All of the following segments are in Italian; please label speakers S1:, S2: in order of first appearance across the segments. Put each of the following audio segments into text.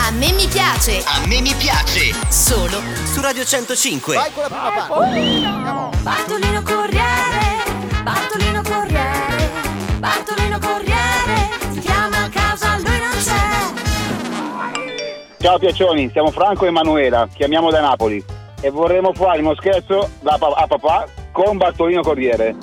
S1: A me mi piace.
S2: A me mi piace.
S1: Solo
S2: su Radio 105.
S3: Vai con la prima parte.
S4: Bartolino Corriere, Bartolino Corriere, Bartolino Corriere, si chiama a casa, lui non c'è.
S5: Ciao Piaccioni, siamo Franco e Emanuela, chiamiamo da Napoli e vorremmo fare uno scherzo da pa- a papà con Bartolino Corriere.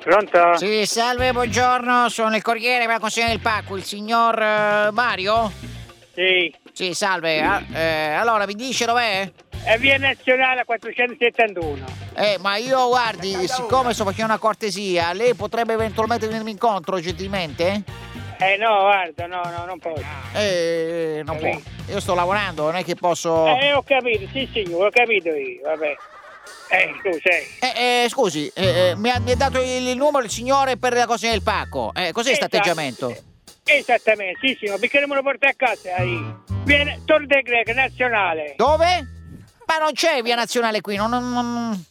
S6: Pronto?
S7: Sì, salve, buongiorno, sono il Corriere per la consegna del pacco, il signor eh, Mario?
S6: Sì.
S7: Sì, salve, ah, eh, allora mi dice dov'è?
S6: È via nazionale 471.
S7: Eh, ma io guardi, siccome sto facendo una cortesia, lei potrebbe eventualmente venirmi incontro gentilmente?
S6: Eh no, guarda, no, no, non posso.
S7: Eh, non può. Io sto lavorando, non è che posso...
S6: Eh, ho capito, sì signore, ho capito io, vabbè. Eh, scusa.
S7: Eh, eh, scusi, eh, eh, mi, ha, mi ha dato il, il numero il signore per la consegna del pacco. Eh, cos'è questo
S6: Esatto.
S7: atteggiamento?
S6: Eh, Esattamente, sì signore, perché non me lo porta a casa? eh. Via Tor de Greca, nazionale.
S7: Dove? Ma non c'è via nazionale qui, non... non- non-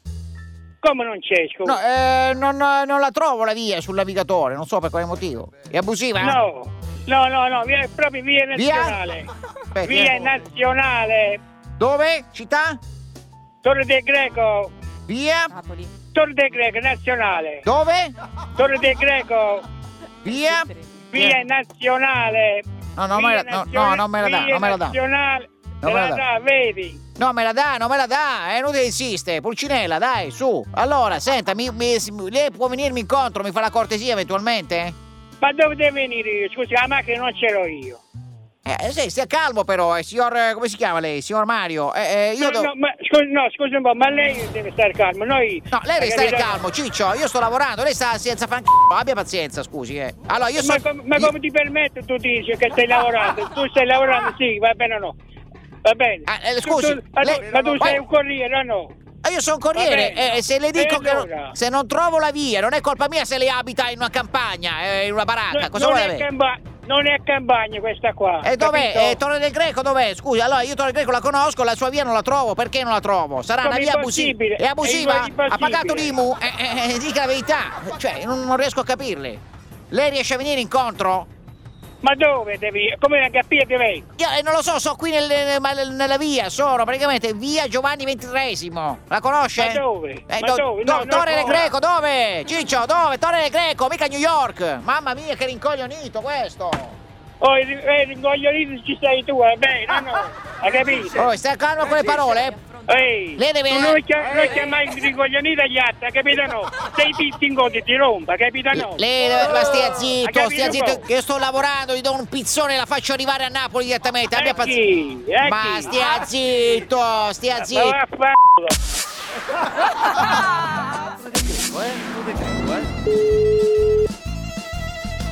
S6: Come non c'è, scusa?
S7: no, eh, non- non la trovo la via sul navigatore, non so per quale motivo. È abusiva?
S6: No, no, no, no, via, è proprio via nazionale.
S7: Aspetta,
S6: Via,
S7: eh.
S6: nazionale.
S7: Dove? Città?
S6: Torre del Greco.
S7: Via?
S6: Torre del Greco, nazionale.
S7: Dove?
S6: Torre del Greco.
S7: Via?
S6: Via nazionale.
S7: No, no, me la- no, no, non me la dà, non me la dà.
S6: Nazionale.
S7: Non
S6: me
S7: me la
S6: la dà, vedi?
S7: No, me la dà, non me la dà, è inutile insiste, Pulcinella, dai, su. Allora, senta, mi- mi- si- lei può venirmi incontro, mi fa la cortesia eventualmente?
S6: Ma dove devo venire io? Scusi, la macchina non ce l'ho io.
S7: Eh, sì, stia calmo però, eh, signor, eh, come si chiama lei? Signor Mario? Eh, eh, io
S6: No,
S7: devo-
S6: no, ma, scusi, no, scusi un po', ma lei deve stare calmo. Noi,
S7: No, lei deve stare
S6: Magari-
S7: calmo, Ciccio, io sto lavorando, lei sta senza fan abbia pazienza, scusi, eh. Allora, io so...
S6: ma, com- ma come ti permetto tu dici che stai lavorando? tu stai lavorando, sì, va bene o no? Va bene.
S7: Ah, eh,
S6: Tu-
S7: scusi,
S6: tu- ma, tu,
S7: lei-
S6: ma tu
S7: ma-
S6: sei un corriere o no?
S7: Eh, Io sono corriere,
S6: Va bene.
S7: eh, se le dico
S6: E
S7: che non-
S6: allora?
S7: se non trovo la via, non è colpa mia se lei abita in una campagna, eh, in una baracca,
S6: No,
S7: cosa
S6: non,
S7: vuole
S6: è
S7: avere?
S6: camba- non è campagna questa qua.
S7: E dov'è?
S6: capito?
S7: E Torre del Greco dov'è? Scusi, allora io Torre del Greco la conosco, la sua via non la trovo, perché non la trovo? Sarà
S6: Come
S7: una via abusiva.
S6: impossibile,
S7: È abusiva?
S6: è impossibile.
S7: Ha pagato l'IMU? Eh, eh, eh, dica la verità, cioè non, non riesco a capirle. Lei riesce a venire incontro?
S6: Ma dove devi? Come la capire che vengo?
S7: Io eh, non lo so, so qui nel- ma- nella via, sono praticamente via Giovanni XXIII. La conosce?
S6: Ma dove?
S7: Eh,
S6: Ma
S7: do-
S6: dove?
S7: do-
S6: No, no,
S7: Torre del
S6: no.
S7: Greco, dove? Ciccio, dove? Torre del Greco, mica New York. Mamma mia, che rincoglionito questo.
S6: Oh, il eh, ringoglionito ci sei tu, va bene, no, no, hai capito?
S7: Oh, stai calmo con le parole, eh.
S6: Ehi,
S7: Lei deve-
S6: tu non c'è, non
S7: Eh.
S6: c'è mai ringoglionito agli altri, hai capito no? Sei pizzi in godi, ti rompa, hai capito Ah, no?
S7: Lei, ma stia
S6: Hai
S7: zitto,
S6: capito
S7: stia zitto,
S6: un po'?
S7: che io sto lavorando, gli do un pizzone e la faccio arrivare a Napoli direttamente. Abbia
S6: Eh
S7: pazienza.
S6: sì, eh
S7: Ma
S6: sì.
S7: stia zitto, stia
S6: Eh, Ma
S7: zitto.
S6: vaffanculo.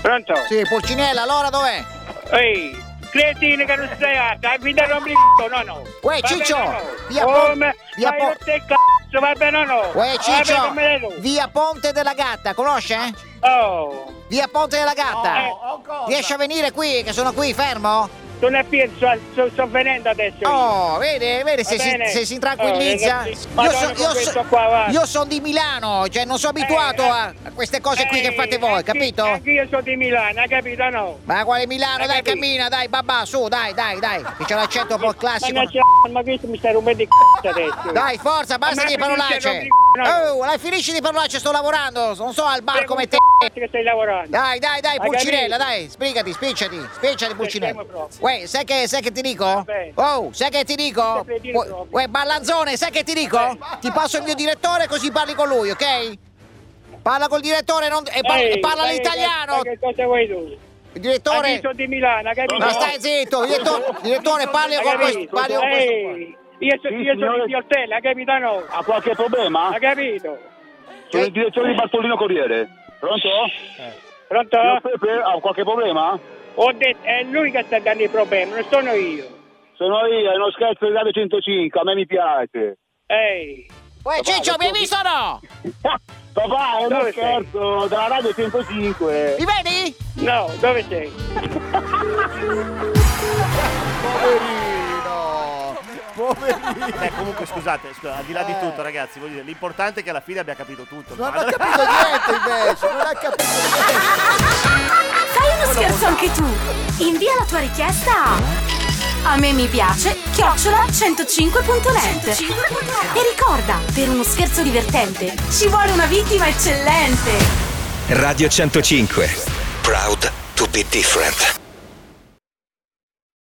S6: Pronto?
S7: Sì, Pulcinella, allora dov'è?
S6: Ehi, cretino che non stai a dai, mi dai un bricco, no no.
S7: Uè,
S6: Va bene,
S7: Ciccio,
S6: no, no.
S7: via
S6: oh,
S7: po-
S6: ma-
S7: via
S6: ma
S7: po-
S6: io te cazzo, va bene o no?
S7: Uè,
S6: Va
S7: Ciccio,
S6: bene, Eh, come le-
S7: via Ponte della Gatta, conosce?
S6: Oh,
S7: Via Ponte della Gatta.
S6: No, oh,
S7: Riesci a venire qui, che sono qui, fermo?
S6: non è penso, sto, sto venendo adesso. io.
S7: Oh, vede, vede se
S6: Va
S7: si,
S6: bene.
S7: se si tranquillizza.
S6: Oh, ragazzi,
S7: io
S6: Madonna,
S7: so-
S6: con
S7: io
S6: questo
S7: so-
S6: qua, guarda.
S7: io sono di Milano, cioè non sono abituato
S6: Eh,
S7: a a queste cose qui che
S6: Ehi,
S7: fate voi,
S6: Eh, anche-
S7: capito?
S6: Anche io sono di Milano, hai capito no?
S7: Ma quale Milano?
S6: Eh,
S7: Dai,
S6: capito.
S7: cammina, dai, babà, su, dai, dai, dai. Che c'è l'accento un po' classico.
S6: Ma c***o, ma questo mi stai rompendo il c***o adesso.
S7: Dai, forza, basta
S6: Ma
S7: di
S6: finisce,
S7: parolacce.
S6: non mi- no, no.
S7: Oh, la finisci di parolacce, sto lavorando. Non so al bar
S6: Prego,
S7: come te.
S6: c***o che stai lavorando.
S7: Dai, dai, dai,
S6: Hai
S7: Pulcinella,
S6: capito?
S7: dai, sbrigati, spicciati, spicciati, Pulcinella.
S6: siamo proprio.
S7: Uè, sai che, sai che ti dico?
S6: bene.
S7: Oh, sai che ti
S6: Sai
S7: dico?
S6: che ti
S7: Uè,
S6: dico?
S7: Uè, Ballanzone, sai che ti
S6: Eh,
S7: dico? Ti passo il mio direttore così parli con lui, ok? Parla col direttore non- e parla,
S6: Ehi,
S7: parla
S6: dai,
S7: l'italiano.
S6: dai, Che cosa vuoi tu?
S7: Il
S6: Anche
S7: direttore...
S6: io sono di Milano, hai capito?
S7: Ma stai zitto, direttore, direttore parli con questo. Parli con questo.
S6: Ehi, io sono
S5: Sì,
S6: io sono
S5: signore. Ah.
S6: di Ortella, hai capito no?
S5: Ha qualche problema?
S6: Hai capito?
S5: Sono il direttore di Bartolino Corriere. Pronto?
S6: Eh. Pronto?
S5: Signor Pepe, ha qualche problema?
S6: Ho detto, è lui che sta dando i problemi, non sono io.
S5: Sono io, è uno scherzo di Radio 105, a me mi piace.
S6: Ehi,
S7: Uè, Ciccio, mi hai visto o no?
S5: Papà, è uno
S6: Dove sei?
S5: scherzo della Radio 105.
S7: Mi vedi?
S6: no, dove sei?
S3: Poverino. Poverino.
S8: Beh, Eh, comunque scusate, scusa, al di là di tutto ragazzi, voglio dire, l'importante è che alla fine abbia capito tutto.
S3: Non ha
S8: Guarda-
S3: capito niente invece, non ha capito niente.
S4: Fai uno scherzo a anche tu. Invia la tua richiesta a a me mi piace chiocciola 105.net 105.net. e ricorda, per uno scherzo divertente ci vuole una vittima eccellente.
S2: Radio 105. Proud to be different.